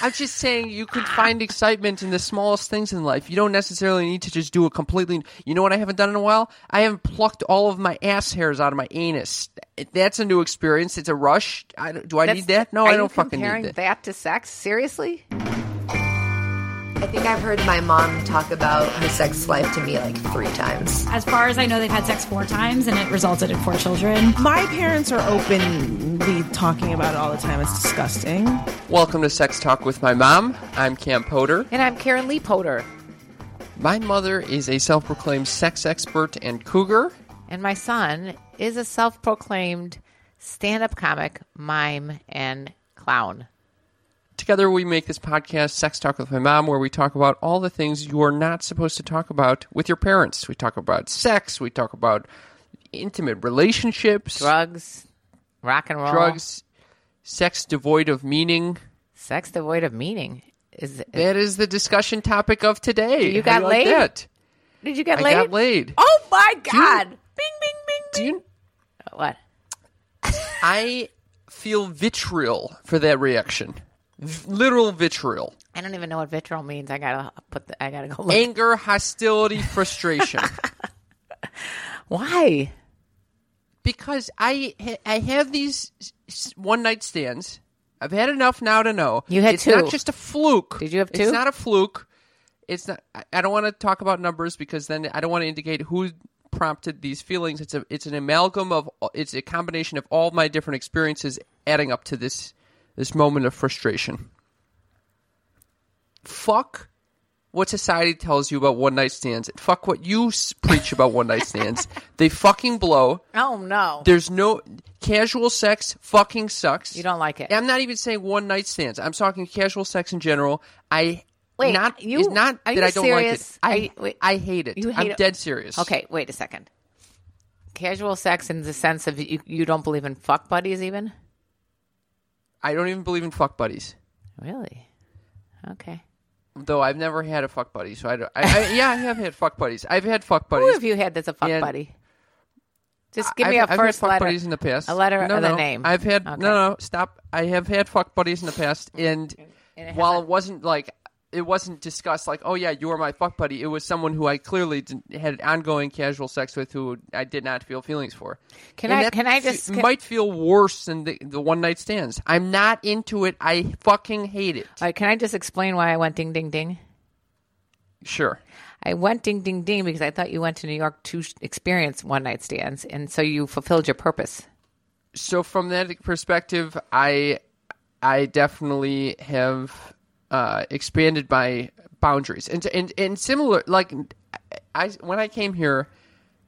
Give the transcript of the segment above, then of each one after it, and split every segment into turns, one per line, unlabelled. I'm just saying you can find excitement in the smallest things in life. You don't necessarily need to just do a completely. You know what I haven't done in a while? I haven't plucked all of my ass hairs out of my anus. That's a new experience. It's a rush. I, don't- do I
That's-
need that? No,
are
I
you
don't fucking
comparing
need that.
that to sex? Seriously?
I think I've heard my mom talk about her sex life to me like three times.
As far as I know, they've had sex four times and it resulted in four children.
My parents are openly talking about it all the time. It's disgusting.
Welcome to Sex Talk with my mom. I'm Cam Potter.
And I'm Karen Leapoter.
My mother is a self-proclaimed sex expert and cougar.
And my son is a self proclaimed stand up comic, mime, and clown.
Together, we make this podcast, Sex Talk with My Mom, where we talk about all the things you are not supposed to talk about with your parents. We talk about sex, we talk about intimate relationships,
Drugs, rock and roll.
drugs, sex devoid of meaning.
Sex devoid of meaning. Is
That is the discussion topic of today.
You
How
got
do like
laid?
that?
Did you get
I
laid?
got laid.
Oh my God. bing, bing, bing,
Do you?
bing. What?
I feel vitriol for that reaction. V- literal vitriol.
I don't even know what vitriol means. I gotta put. The, I gotta go look.
Anger, hostility, frustration.
Why?
because I ha- I have these one night stands. I've had enough now to know
You had
it's
two.
not just a fluke.
Did you have two?
It's not a fluke. It's not. I- I don't want to talk about numbers because then I don't want to indicate who prompted these feelings. It's a it's an amalgam of it's a combination of all my different experiences adding up to this this moment of frustration. Fuck what society tells you about one night stands. Fuck what you s- preach about one night stands. They fucking blow.
Oh no.
There's no casual sex fucking sucks.
You don't like it.
I'm not even saying one night stands. I'm talking casual sex in general. I
Wait,
not
you-
it's not that
are you
I don't
serious?
like
I-
it. I
wait.
I hate it.
You hate
I'm
it?
dead serious.
Okay, wait a second. Casual sex in the sense of you, you don't believe in fuck buddies even?
I don't even believe in fuck buddies.
Really? Okay.
Though I've never had a fuck buddy, so I don't. I, I, yeah, I have had fuck buddies. I've had fuck
Who
buddies.
have you had that's a fuck
And-
buddy? Just give
I've,
me a
I've had
first
fuck
letter.
buddies in the past.
A letter
no,
of the
no.
name.
I've had
Okay. Mm.
no, no. Stop. I have had fuck buddies in the past, and,
And it
while
hasn't-
it wasn't like it wasn't discussed, like oh yeah, you are my fuck buddy. It was someone who I clearly didn't, had ongoing casual sex with, who I did not feel feelings for.
Can
And
I-
that
can I
f-
just- can-
might feel worse than the, the one night stands. I'm not into it. I fucking hate it.
All right, can I just explain why I went ding ding ding?
sure.
I went ding ding ding because I thought you went to New York to sh- experience one night stands, and so you fulfilled your purpose.
so from that perspective i i definitely have uh expanded my boundaries and and and similar like i when i came here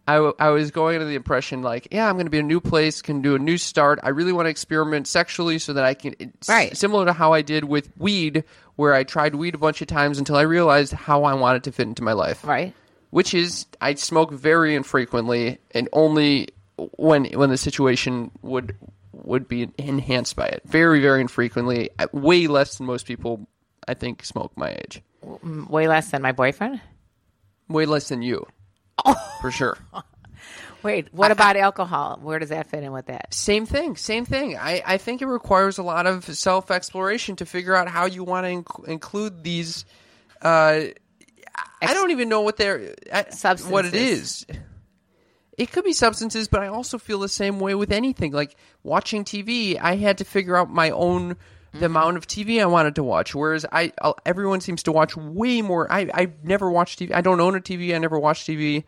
I, w- I was going under the impression like yeah i'm going to be a new place can do a new start i really want to experiment sexually so that i can it's
Right.
similar to how i did with weed where i tried weed a bunch of times until i realized how i wanted to fit into my life
Right.
which is I smoke very infrequently and only when when the situation would would be enhanced by it. Very very infrequently, I- way less than most people I think smoke my age.
M- Way less than my boyfriend.
Way less than you. For sure.
Wait, what about alcohol? Where does that fit in with that?
Same thing, same thing. I, I think it requires a lot of self exploration to figure out how you want to inc- include these. Uh, I don't even know what they're I, What it
Substances.
is. It could be substances, but I also feel the same way with anything. Like watching TV, I had to figure out my own the amount of TV I wanted to watch. Whereas I, i everyone seems to watch way more. I I never watched TV. I don't own a TV. I never watch TV,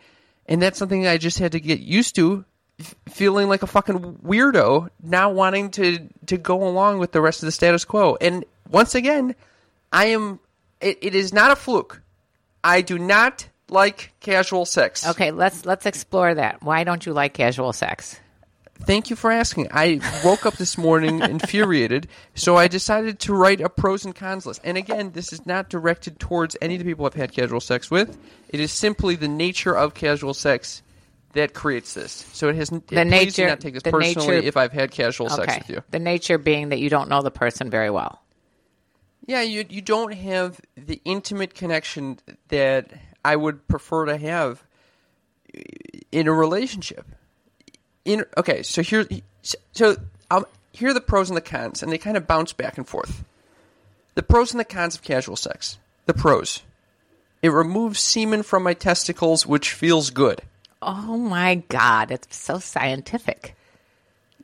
and that's something I just had to get used to. f- Feeling like a fucking weirdo, now wanting to to go along with the rest of the status quo. And once again, I am. It, it is not a fluke. I do not like casual sex.
Okay, let's let's explore that. Why don't you like casual sex?
Thank you for asking. I woke up this morning infuriated, so I decided to write a pros and cons list. And again, this is not directed towards any of the people I've had casual sex with. It is simply the nature of casual sex that creates this. So it has the please
nature-
do not take this
the
personally
nature-
if I've had casual sex
Okay.
with you.
The nature being that you don't know the person very well.
Yeah, you you don't have the intimate connection that I would prefer to have in a relationship. In okay, so here, so um, here are the pros and the cons, and they kind of bounce back and forth. The pros and the cons of casual sex. The pros. It removes semen from my testicles, which feels good.
Oh my God. It's so scientific.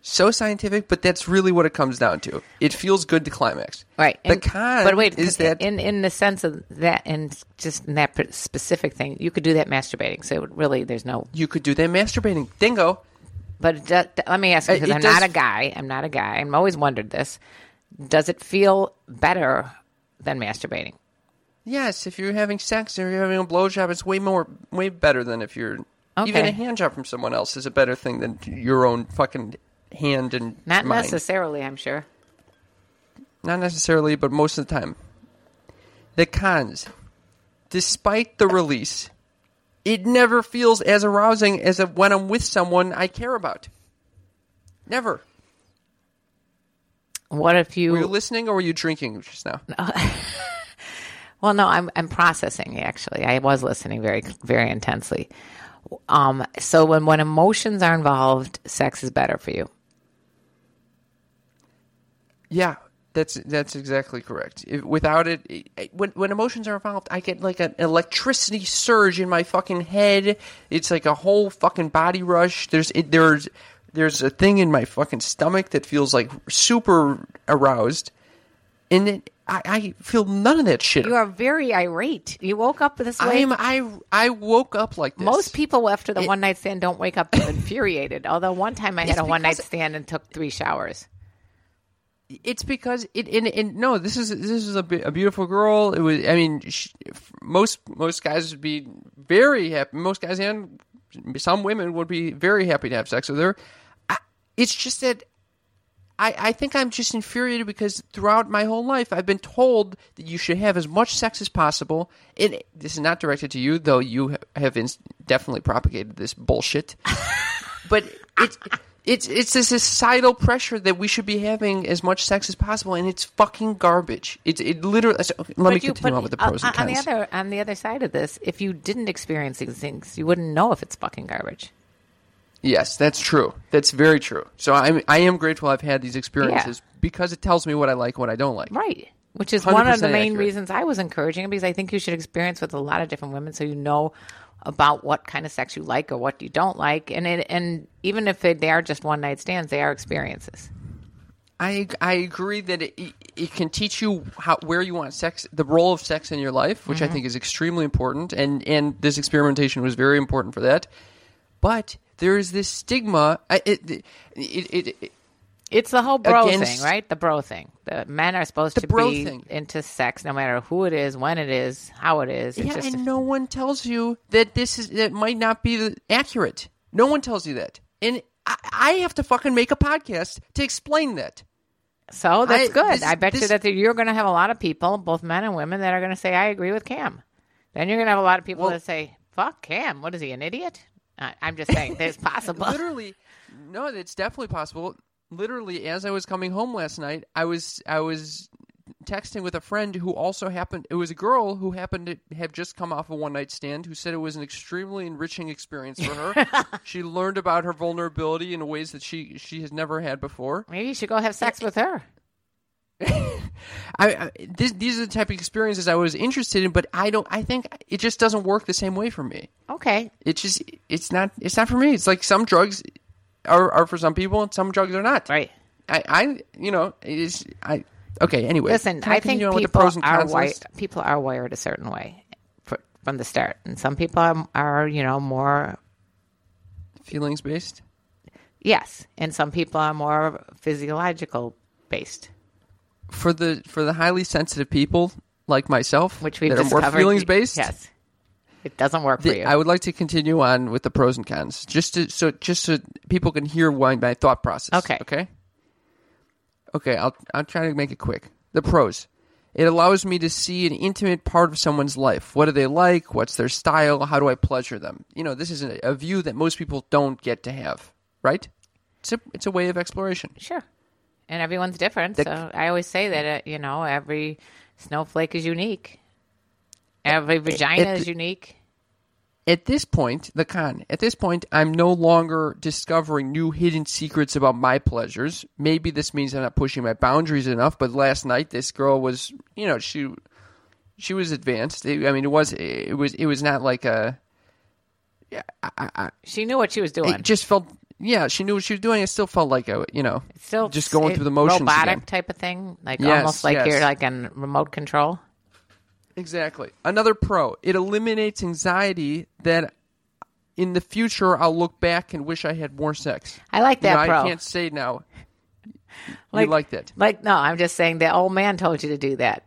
So scientific, but that's really what it comes down to. It feels good to climax.
Right.
The
and-
con
but wait,
is that
in in the sense of that, and just in that p- specific thing, you could do that masturbating. So it would really, there's no.
you could do that masturbating. Dingo.
But it does, let me ask you
Uh, It-
because
it
I'm
does-
not a guy. I'm not a guy. I'm always wondered this. Does it feel better than masturbating?
Yes, if you're having sex and you're having a blowjob, it's way more, way better than if you're even
Okay.
a hand job from someone else is a better thing than your own fucking hand and
Not
mind.
necessarily. I'm sure.
Not necessarily, but most of the time. The cons. Despite the release, it never feels as arousing as if when I'm with someone I care about. Never.
What if you?
Were you listening or were you drinking just now?
Well, no, I'm I'm processing actually. I was listening very very intensely. Um, so when when emotions are involved, sex is better for you.
Yeah, that's that's exactly correct. If, without it, it- when when emotions are involved, I get like an electricity surge in my fucking head. It's like a whole fucking body rush. There's it, there's there's a thing in my fucking stomach that feels like super aroused, and then I, I feel none of that shit.
You are very irate. You woke up this
I
way.
am I I woke up like this.
Most people after the
It-
one night stand don't wake up infuriated. Although one time I had
It's
a one night
because-
stand and took three showers.
it's because it and, and no this is this is a, be- a beautiful girl it was i mean sh f- most most guys would be very happy most guys and some women would be very happy to have sex with her I, it's just that I, I think I'm just infuriated because throughout my whole life I've been told that you should have as much sex as possible. It this is not directed to you, though you ha- have ins- definitely propagated this bullshit. but it's it's it's a societal pressure that we should be having as much sex as possible, and it's fucking garbage. It's it literally. so, okay, let me
But you-
continue
but
on with the pros
on-
and cons.
On the other on the other side of this, if you didn't experience these things, you wouldn't know if it's fucking garbage.
Yes, that's true. That's very true. So I'm I am grateful I've had these experiences because it tells me what I like, and what I don't like.
Right. Which is one of the
100%
main
accurate.
reasons I was encouraging it because I think you should experience with a lot of different women so you know about what kind of sex you like or what you don't like. And it, and even if they, they are just one night stands, they are experiences.
I I agree that it, it- it can teach you how where you want sex, the role of sex in your life, which I think is extremely important, and and this experimentation was very important for that. But there is this stigma. I- It it it, it,
It's the whole bro
Against-
thing, right? The bro thing. The men are supposed
The
to
bro
be
thing.
into sex no matter who it is, when it is, how it is. It's
yeah,
just
and no one tells you that this is that might not be the- accurate. No one tells you that, and I, I have to fucking make a podcast to explain that.
so that's
I-
good.
this-
I bet you
this-
that you're going to have a lot of people, both men and women, that are going to say, "I agree with Cam." Then you're going to have a lot of people
Well-
that say, "Fuck Cam, what is he, an idiot?" I, I'm just saying, there's possible.
literally no it's definitely possible literally as i was coming home last night i was i was texting with a friend who also happened it was a girl who happened to have just come off a one night stand who said it was an extremely enriching experience for her she learned about her vulnerability in ways that she she has never had before
Maybe you should go have sex with her.
I, I this, these are the type of experiences i was interested in but i don't i think it just doesn't work the same way for me
Okay.
it's just it's not it's not for me it's like some drugs are, are for some people and some drugs are not
Right.
I, I, you know, it's I. Okay. Anyway,
Listen,
Can
I think
continue on
people
with the pros and
are
cons
wired.
list?
People are wired a certain way fr from the start, and some people are, are, you know, more
feelings based.
yes, and some people are more physiological based.
For the for the highly sensitive people like myself,
Which we've
that are more
discovered-
feelings based.
Yes, it doesn't work for
the-
you.
I would like to continue on with the pros and cons, just to, so just so people can hear why my thought process.
Okay.
Okay. Okay. I'll I'll try to make it quick. The pros. It allows me to see an intimate part of someone's life. What do they like? What's their style? How do I pleasure them? You know, this is a, a view that most people don't get to have, right? It's a, it's a way of exploration.
Sure. And everyone's different.
The-
so I always say that, uh, you know, every snowflake is unique. Every vagina
it-
is unique.
At this point, the con, at this point, I'm no longer discovering new hidden secrets about my pleasures. Maybe this means I'm not pushing my boundaries enough, but last night this girl was, you know, she she was advanced. It- I mean, it was it was it was not like a
She knew what she was doing.
it just felt yeah, she knew what she was doing. It still felt like a, you know,
Still
just going
it-
through the motions
Robotic
again.
type of thing, like
Yes,
almost like
yes.
you're like in remote control.
Exactly. Another pro, it eliminates anxiety that in the future I'll look back and wish I had more sex.
I like
You know,
that pro.
I can't say now. you liked it.
Like no, I'm just saying the old man told you to do that.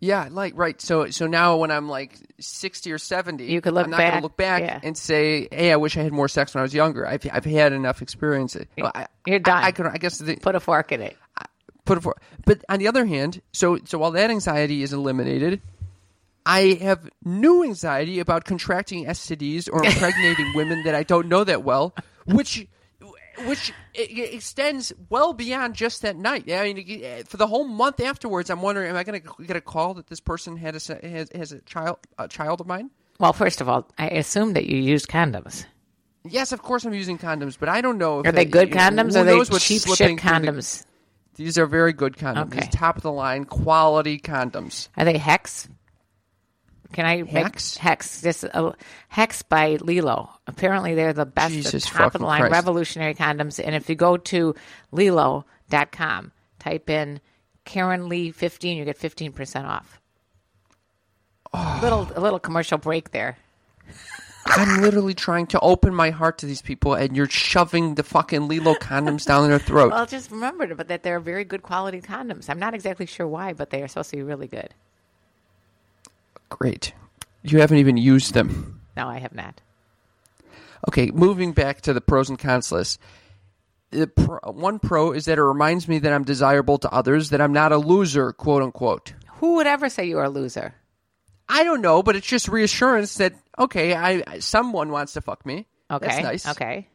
Yeah, like right. So so now when I'm like 60 or 70,
You could look
I'm not
back,
to look back
yeah.
and say, "Hey, I wish I had more sex when I was younger." I've I've had enough experience. I,
You're done.
I, I could I guess the,
Put a fork in it.
put it for. But on the other hand, so so while that anxiety is eliminated, I have new anxiety about contracting STDs or impregnating women that I don't know that well, which which it- it extends well beyond just that night. I mean, e, for the whole month afterwards, I'm wondering, am I going to get a call that this person had a se- has, has a child a child of mine?
Well, first of all, I assume that you used condoms.
Yes, of course I'm using condoms, but I don't know. If
Are they good
who
condoms? Or are they
knows what's
cheap shit
slipping through the-
condoms?
These are very good condoms.
Okay.
These top of the line quality condoms.
Are they hex? Can I
Hex?
make hex? This uh, hex by Lilo. Apparently, they're the best,
Jesus
the top of the
fucking
line
Christ.
revolutionary condoms. And if you go to lilo.com, type in Karen Lee fifteen, you get fifteen percent off.
Ah.
Little a little commercial break there.
I'm literally trying to open my heart to these people, and you're shoving the fucking Lilo condoms down their throat.
Well, just remember to- but that they're very good quality condoms. I'm not exactly sure why, but they are supposed to be really good.
Great. You haven't even used them.
No, I have not.
Okay, moving back to the pros and cons list. The pro, one pro is that it reminds me that I'm desirable to others, that I'm not a loser, quote unquote.
Who would ever say you are a loser?
I don't know, but it's just reassurance that okay, I someone wants to fuck me.
Okay,
That's nice.
Okay.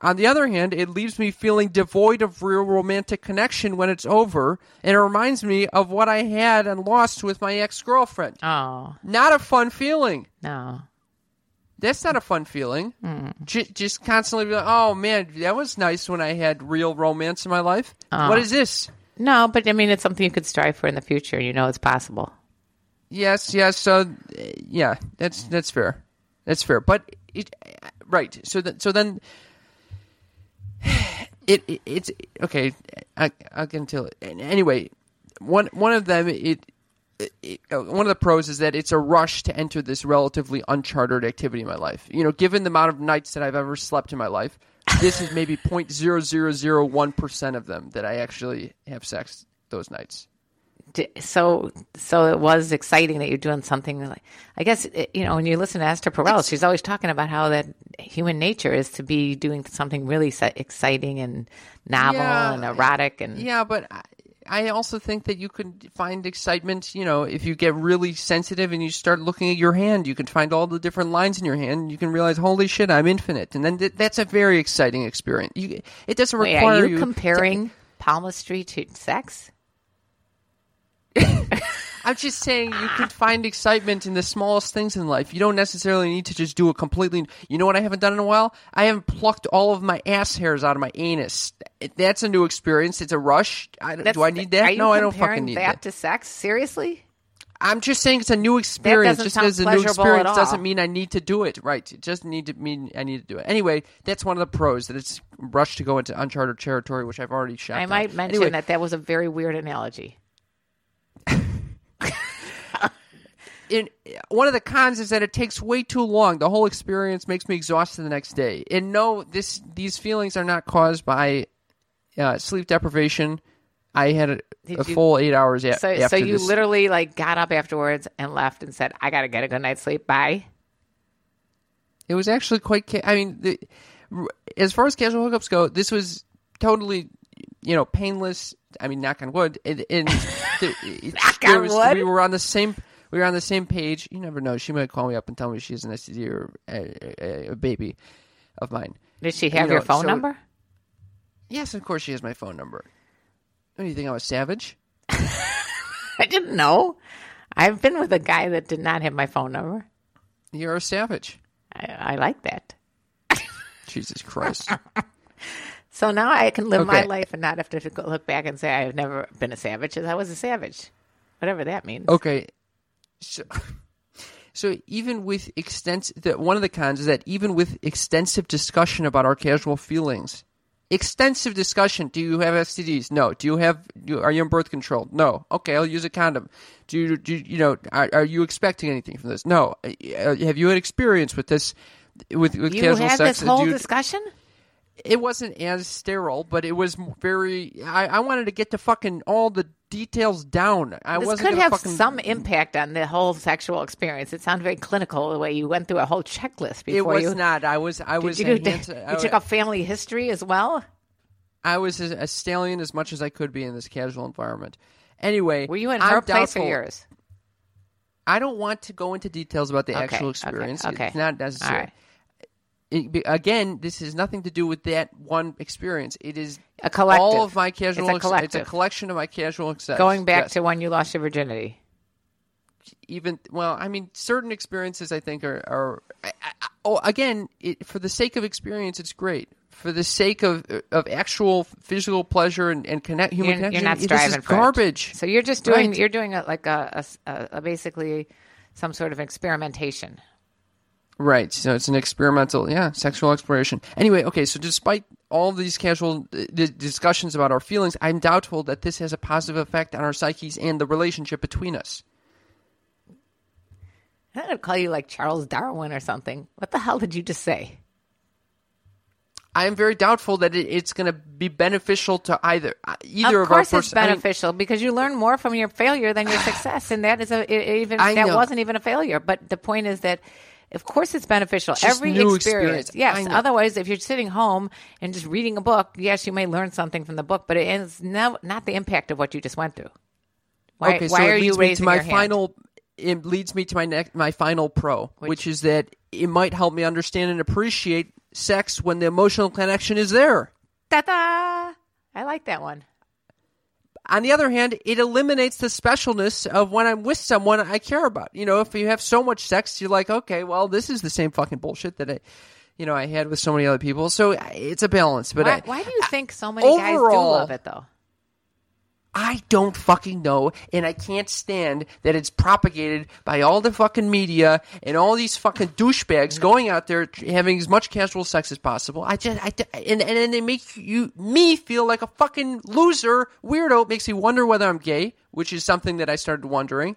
On the other hand, it leaves me feeling devoid of real romantic connection when it's over, and it reminds me of what I had and lost with my ex girlfriend.
Oh
Not a fun feeling.
no.
That's not a fun feeling. J- just constantly be like, oh man, that was nice when I had real romance in my life. What is this?
No, but I mean, it's something you could strive for in the future. You know, it's possible.
Yes, yes. So, uh, yeah, that's that's fair. That's fair. But it, eh, right. So that so then it, it it's okay. I I can tell it. And anyway, one one of them it. It, uh, one of the pros is that it's a rush to enter this relatively uncharted activity in my life. You know, given the amount of nights that I've ever slept in my life, this is maybe 0.0001% of them that I actually have sex those nights.
D- So, so it was exciting that you're doing something. Like, I guess it- you know when you listen to Esther Perel, she's always talking about how that human nature is to be doing something really se- exciting and novel
Yeah.
and erotic and
Yeah, but I, I also think that you can find excitement, you know, if you get really sensitive and you start looking at your hand, you can find all the different lines in your hand. And you can realize, holy shit, I'm infinite. And then th- that's a very exciting experience. You, it doesn't
Wait,
require
are you,
you to-
comparing palmistry to sex?
I'm just saying you can find excitement in the smallest things in life. You don't necessarily need to just do a completely. You know what I haven't done in a while? I haven't plucked all of my ass hairs out of my anus. That's a new experience. It's a rush. I,
That's-
do I need
Are
that?
you
No, I don't
comparing
fucking need that.
that, to sex. Seriously?
I'm just saying it's a new experience.
doesn't
Just
sound
because it's a new
pleasurable at
experience
all.
doesn't mean I need to do it. Right. It doesn't need to mean I need to do it. Anyway, that's one of the pros that it's rushed to go into uncharted territory, which I've already shot.
I
down.
might mention
Anyway,
that that was a very weird analogy.
in, one of the cons is that it takes way too long. The whole experience makes me exhausted the next day. And no, this these feelings are not caused by uh, sleep deprivation. I had a,
Did
a
you-
full eight hours a-
So,
Uh, after
so you
this.
literally like got up afterwards and left and said, "I gotta get a good night's sleep." Bye.
It was actually quite. Ca- I mean, the, r- as far as casual hookups go, this was totally, you know, painless. I mean, knock on wood. And, and the, it- there
on
was-
wood?
We were on the same. We were on the same page. You never know. She might call me up and tell me she has an STD or a, a, a baby of mine.
Did she have
You
your
know,
phone
so-
number?
Yes, of course she has my phone number. What do you think? I'm a savage.
I didn't know. I've been with a guy that did not have my phone number.
You're a savage.
I, I like that.
Jesus Christ.
So now I can live my
Okay.
life and not have to go- look back and say I've never been a savage, as I was a savage, whatever that means.
Okay. So, so even with extensive, that one of the cons is that even with extensive discussion about our casual feelings, extensive discussion. Do you have STDs? No. Do you have? Do, are you on birth control? No. Okay, I'll use a condom. Do you? Do you you know? Are, are you expecting anything from this? No. Uh, have you had experience with this? With, with
you
casual
had
sex?
this whole
Do you-
discussion.
it wasn't as sterile, but it was m- very. I, I wanted to get to fucking all the details down. I
This
wasn't
could
gonna
have
fucking,
some impact on the whole sexual experience. It sounded very clinical the way you went through a whole checklist before
It was
you.
not. I was. I was.
Did you,
enhanced-
you
I,
took a family history as well?
I was a, a stallion as much as I could be in this casual environment. Anyway,
Were you in
I'm
her place or
doubtful-
yours?
I don't want to go into details about the
Okay,
actual
okay,
experience.
okay.
It's not necessary.
All right.
It be- again, this has nothing to do with that one experience. It is
A collective.
All of my casual.
It's a
ex-
collective.
collection of my casual excess.
Going back
Yes.
to when you lost your virginity.
even well i mean certain experiences i think are, are I, I, oh again it, for the sake of experience it's great for the sake of of actual physical pleasure and, and connect human
You're, you're
connection
not
this
striving
is
for it.
garbage
So you're just doing
Right.
you're doing a, like a, a- a- a basically some sort of experimentation.
Right. So it's an experimental, yeah, sexual exploration. Anyway, okay. So despite all these casual uh, d- discussions about our feelings, I'm doubtful that this has a positive effect on our psyches and the relationship between us.
I'm gonna call you like Charles Darwin or something. What the hell did you just say?
I am very doubtful that it, it's going to be beneficial to either uh, either of,
of course,
our
it's
person. I mean,
beneficial because you learn more from your failure than your success, and that is a it- it even
I
that
know.
wasn't even a failure. But the point is that, of course, it's beneficial.
Just
Every
new
experience,
experience. I
yes.
know.
Otherwise, if you're sitting home and just reading a book, yes, you may learn something from the book, but it is no, not the impact of what you just went through. Why,
okay,
why
so it
are you
leads me to
raising
my
your hand?
final. It leads me to my next, my final pro, which, is that it might help me understand and appreciate sex when the emotional connection is there.
Ta-da! I like that one.
On the other hand, it eliminates the specialness of when I'm with someone I care about. You know, if you have so much sex, you're like, okay, well, this is the same fucking bullshit that I, you know, I had with so many other people. So I- it's a balance. But
Why,
I,
why do you think so many guys do
overall-
love it though?
I don't fucking know, and I can't stand that it's propagated by all the fucking media and all these fucking douchebags going out there tr- having as much casual sex as possible. I just, I, d- and, and then they make you, me feel like a fucking loser, weirdo. It makes me wonder whether I'm gay, which is something that I started wondering.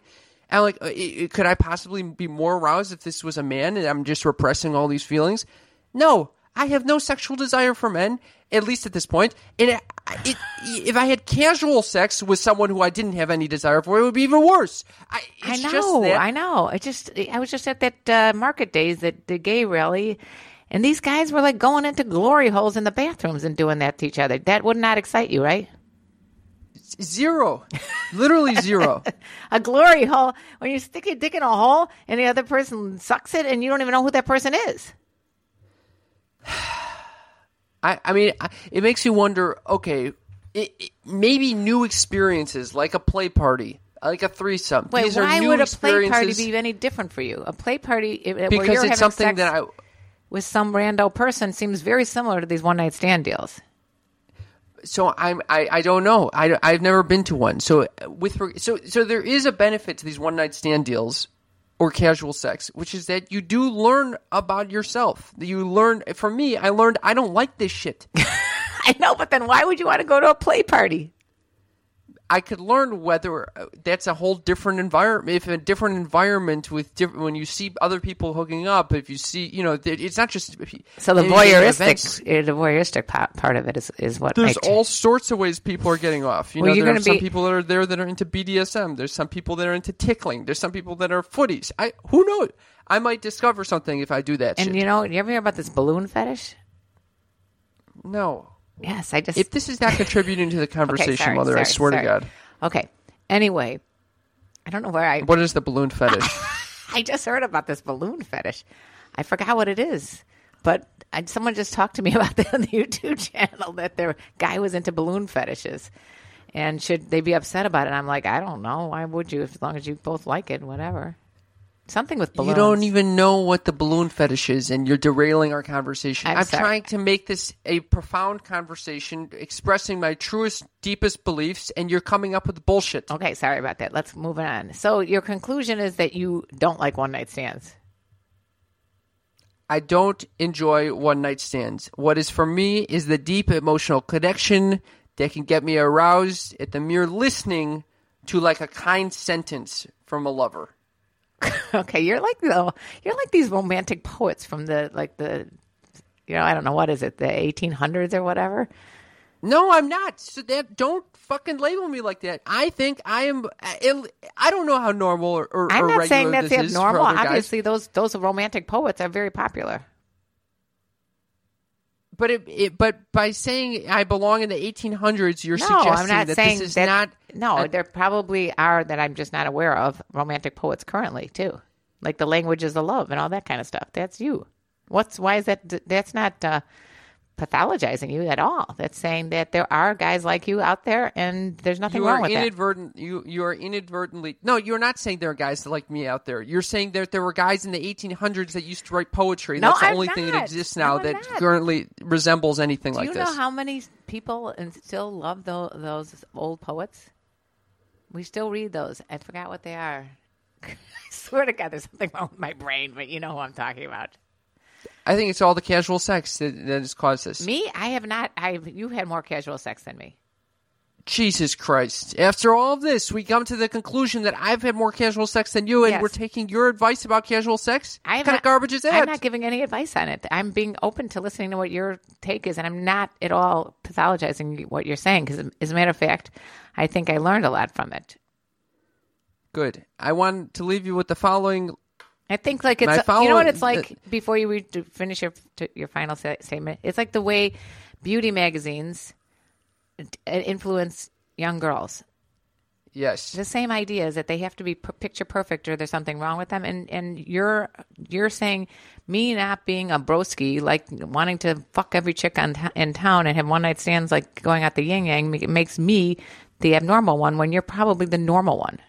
I'm like, uh, i- i- could I possibly be more aroused if this was a man and I'm just repressing all these feelings? No, I have no sexual desire for men, at least at this point. And it, it, if I had casual sex with someone who I didn't have any desire for, it would be even worse. I,
I
it's
know,
Just that,
I know. I just, I was just at that uh, market days, that the gay rally, and these guys were like going into glory holes in the bathrooms and doing that to each other. That would not excite you, right?
Zero, literally zero.
A glory hole when you stick your dick in a hole and the other person sucks it, and you don't even know who that person is.
I, I mean, I- it makes you wonder. Okay, it, it- maybe new experiences like a play party, like a threesome.
Wait,
These
why
are new
would a play party
experiences
be any different for you? A play party i- where you're
Because
having
it's something
sex
that I.
with some rando person seems very similar to these one night stand deals.
so I'm I, I don't know I I've never been to one so uh, with reg- so so there is a benefit to these one night stand deals or casual sex which is that you do learn about yourself you learn for me I learned I don't like this shit
I know, but then why would you want to go to a play party?
I could learn whether uh, that's a whole different environment. If a different environment with different, when you see other people hooking up, if you see, you know, th- it's not just.
So the
anything at events.
voyeuristic, eh, the voyeuristic pa- part of it is, is what
There's
makes
all sorts of ways people are getting off. You
Well,
know,
you're
there are
gonna
some
be-
people that are there that are into BDSM. There's some people that are into tickling. There's some people that are footies. I who knows? I might discover something if I do that.
And
shit.
you know, you ever hear about this balloon fetish?
no,
Yes, I just
if this is not contributing to the
Okay,
conversation,
sorry,
mother, I
sorry,
swear
sorry.
to God.
Okay. Anyway, I don't know where I
What is the balloon fetish?
I just heard about this balloon fetish. I forgot what it is, but I, someone just talked to me about that on the YouTube channel that their guy was into balloon fetishes. And should they be upset about it? I'm like, I don't know. Why would you? As long as you both like it, whatever. Something with balloons.
You don't even know what the balloon fetish is, and you're derailing our conversation.
I'm
I'm,
sorry.
trying to make this a profound conversation, expressing my truest, deepest beliefs, and you're coming up with bullshit.
Okay, sorry about that. Let's move on. So your conclusion is that you don't like one night stands.
I don't enjoy one night stands. What is for me is the deep emotional connection that can get me aroused at the mere listening to like a kind sentence from a lover.
okay, you're like the you're like these romantic poets from the like the you know I don't know what is it the 1800s or whatever.
No, I'm not. So that don't fucking label me like that. I think I am. I I don't know how normal or, or,
I'm
or
not
regular
saying that's
this is for
abnormal.
other guys,
Obviously, those those romantic poets are very popular.
but it, it, but by saying I belong in the 1800s, you're
no,
suggesting
I'm not
that
saying
this is
that,
not.
No, there probably are that I'm just not aware of romantic poets currently too, like the languages of love and all that kind of stuff. That's you. What's why is that? That's not uh, pathologizing you at all. That's saying that there are guys like you out there, and there's nothing
You
wrong
are
with that.
inadvertent. You you are inadvertently. No, you're not saying there are guys like me out there. You're saying that there were guys in the 1800s that used to write poetry.
No,
That's the
I'm
only thing
not.
that exists
No,
now
I'm
that
not.
currently resembles anything
Do
like
you
this.
know how many people and still love tho- those old poets? We still read those. I forgot what they are. I swear to God, there's something wrong with my brain, but you know who I'm talking about.
I think it's all the casual sex that, that has caused this.
Me, I have not. I you had more casual sex than me.
Jesus Christ. After all of this, we come to the conclusion that I've had more casual sex than you, and
Yes.
we're taking your advice about casual sex? what
I have
kind of
not-
garbage is that?
I'm not giving any advice on it. I'm being open to listening to what your take is, and I'm not at all pathologizing what you're saying. Because as a matter of fact, I think I learned a lot from it.
Good. I want to leave you with the following.
I think like
And I
it's you
follow- Uh,
know what it's like before you read to finish your to your final sa- statement. It's like the way beauty magazines t- influence young girls.
Yes.
The same idea is that they have to be p- picture perfect, or there's something wrong with them. And and you're you're saying me not being a broski, like wanting to fuck every chick on t- in town and have one night stands, like going out the yin yang, it makes me the abnormal one when you're probably the normal one.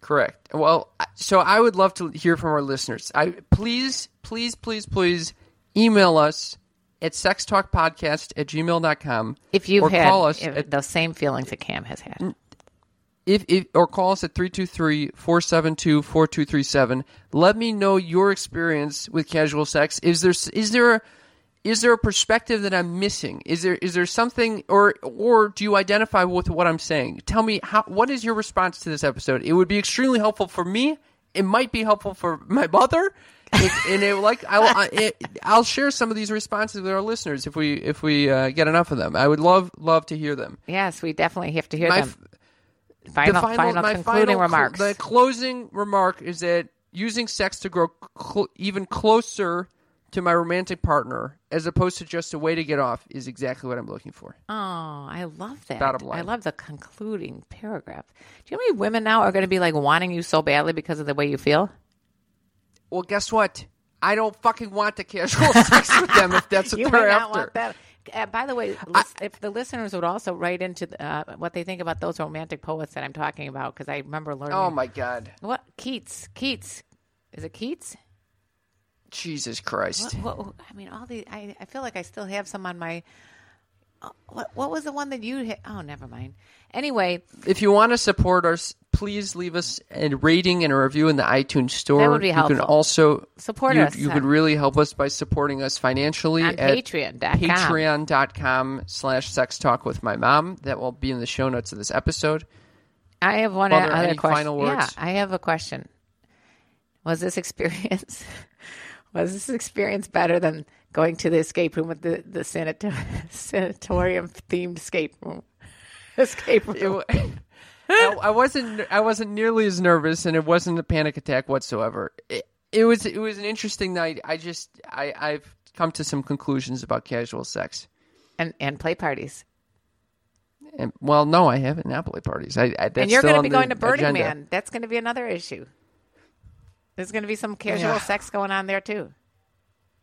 Correct. Well, I- so I would love to hear from our listeners. I please, please, please, please email us at sextalkpodcast at gmail.com.
If you've
or
had
call us
if-
at Mm.
those same feelings that Cam has had.
if, if or call us at 323-472-4237 let me know your experience with casual sex is there is there is there a perspective that i'm missing is there is there something or or do you identify with what i'm saying tell me how what is your response to this episode it would be extremely helpful for me it might be helpful for my mother It- and it like I, I it, I'll share some of these responses with our listeners if we if we uh, get enough of them. I would love love to hear them.
Yes, we definitely have to hear
My
them. Final, final, concluding
cl-
remarks.
The closing remark is that using sex to grow cl- even closer to my romantic partner, as opposed to just a way to get off, is exactly what I'm looking for.
oh, I love that.
Bottom line.
I love the concluding paragraph. Do you know how many women now are going to be like wanting you so badly because of the way you feel?
Well, guess what? I don't fucking want the casual sex with them if that's what
You may
they're
not
after.
want that. Uh, by the way, lis- if the listeners would also write into the, uh, what they think about those romantic poets that I'm talking about, because I remember learning.
Oh my god,
What Keats? Keats? Is it Keats?
Jesus Christ!
What, what, I mean, all the I, I feel like I still have some on my. uh, What what was the one that you? hit? Oh, never mind. Anyway,
If you want to support us, please leave us a rating and a review in the iTunes store.
That would be
You
helpful.
can also
Support
you,
us,
You
uh,
could really help us by supporting us financially
On
at
patreon.com.
Patreon.com slash sex talk with my mom. That will be in the show notes of this episode.
I have one
Mother,
other
any
question.
final
Yeah,
words?
I have a question. Was this experience was this experience better than going to the escape room with the the sanator- sanatorium themed escape room? Escape room.
It wa- I I wasn't I wasn't nearly as nervous and it wasn't a panic attack whatsoever. It, it was it was an interesting night. I just I, I've come to some conclusions about casual sex.
and and play parties.
And, well, no, I haven't. Napoli parties. I, I that's
and you're
going to
be going to Burning
agenda.
Man. That's going to be another issue. There's going to be some casual
Yeah.
sex going on there too.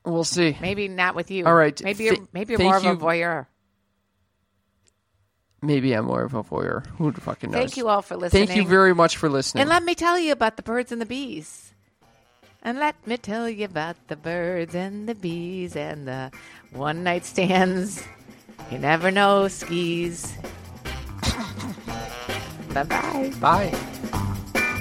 We'll see.
Maybe not with you.
All right.
Maybe you're,
Th-
maybe you're
thank
more of a
you.
voyeur.
Maybe I'm more of a voyeur. Who fucking knows?
Thank you all for
Thank you
listening.
very much for listening.
And let me tell you about the birds and the bees. And let me tell you about the birds and the bees and the one night stands. You never know, skis. bye bye.
Bye.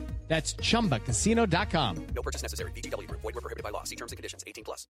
That's chumbacasino.com.
No purchase necessary. VGW Group. Void were prohibited by law. See terms and conditions. 18 plus.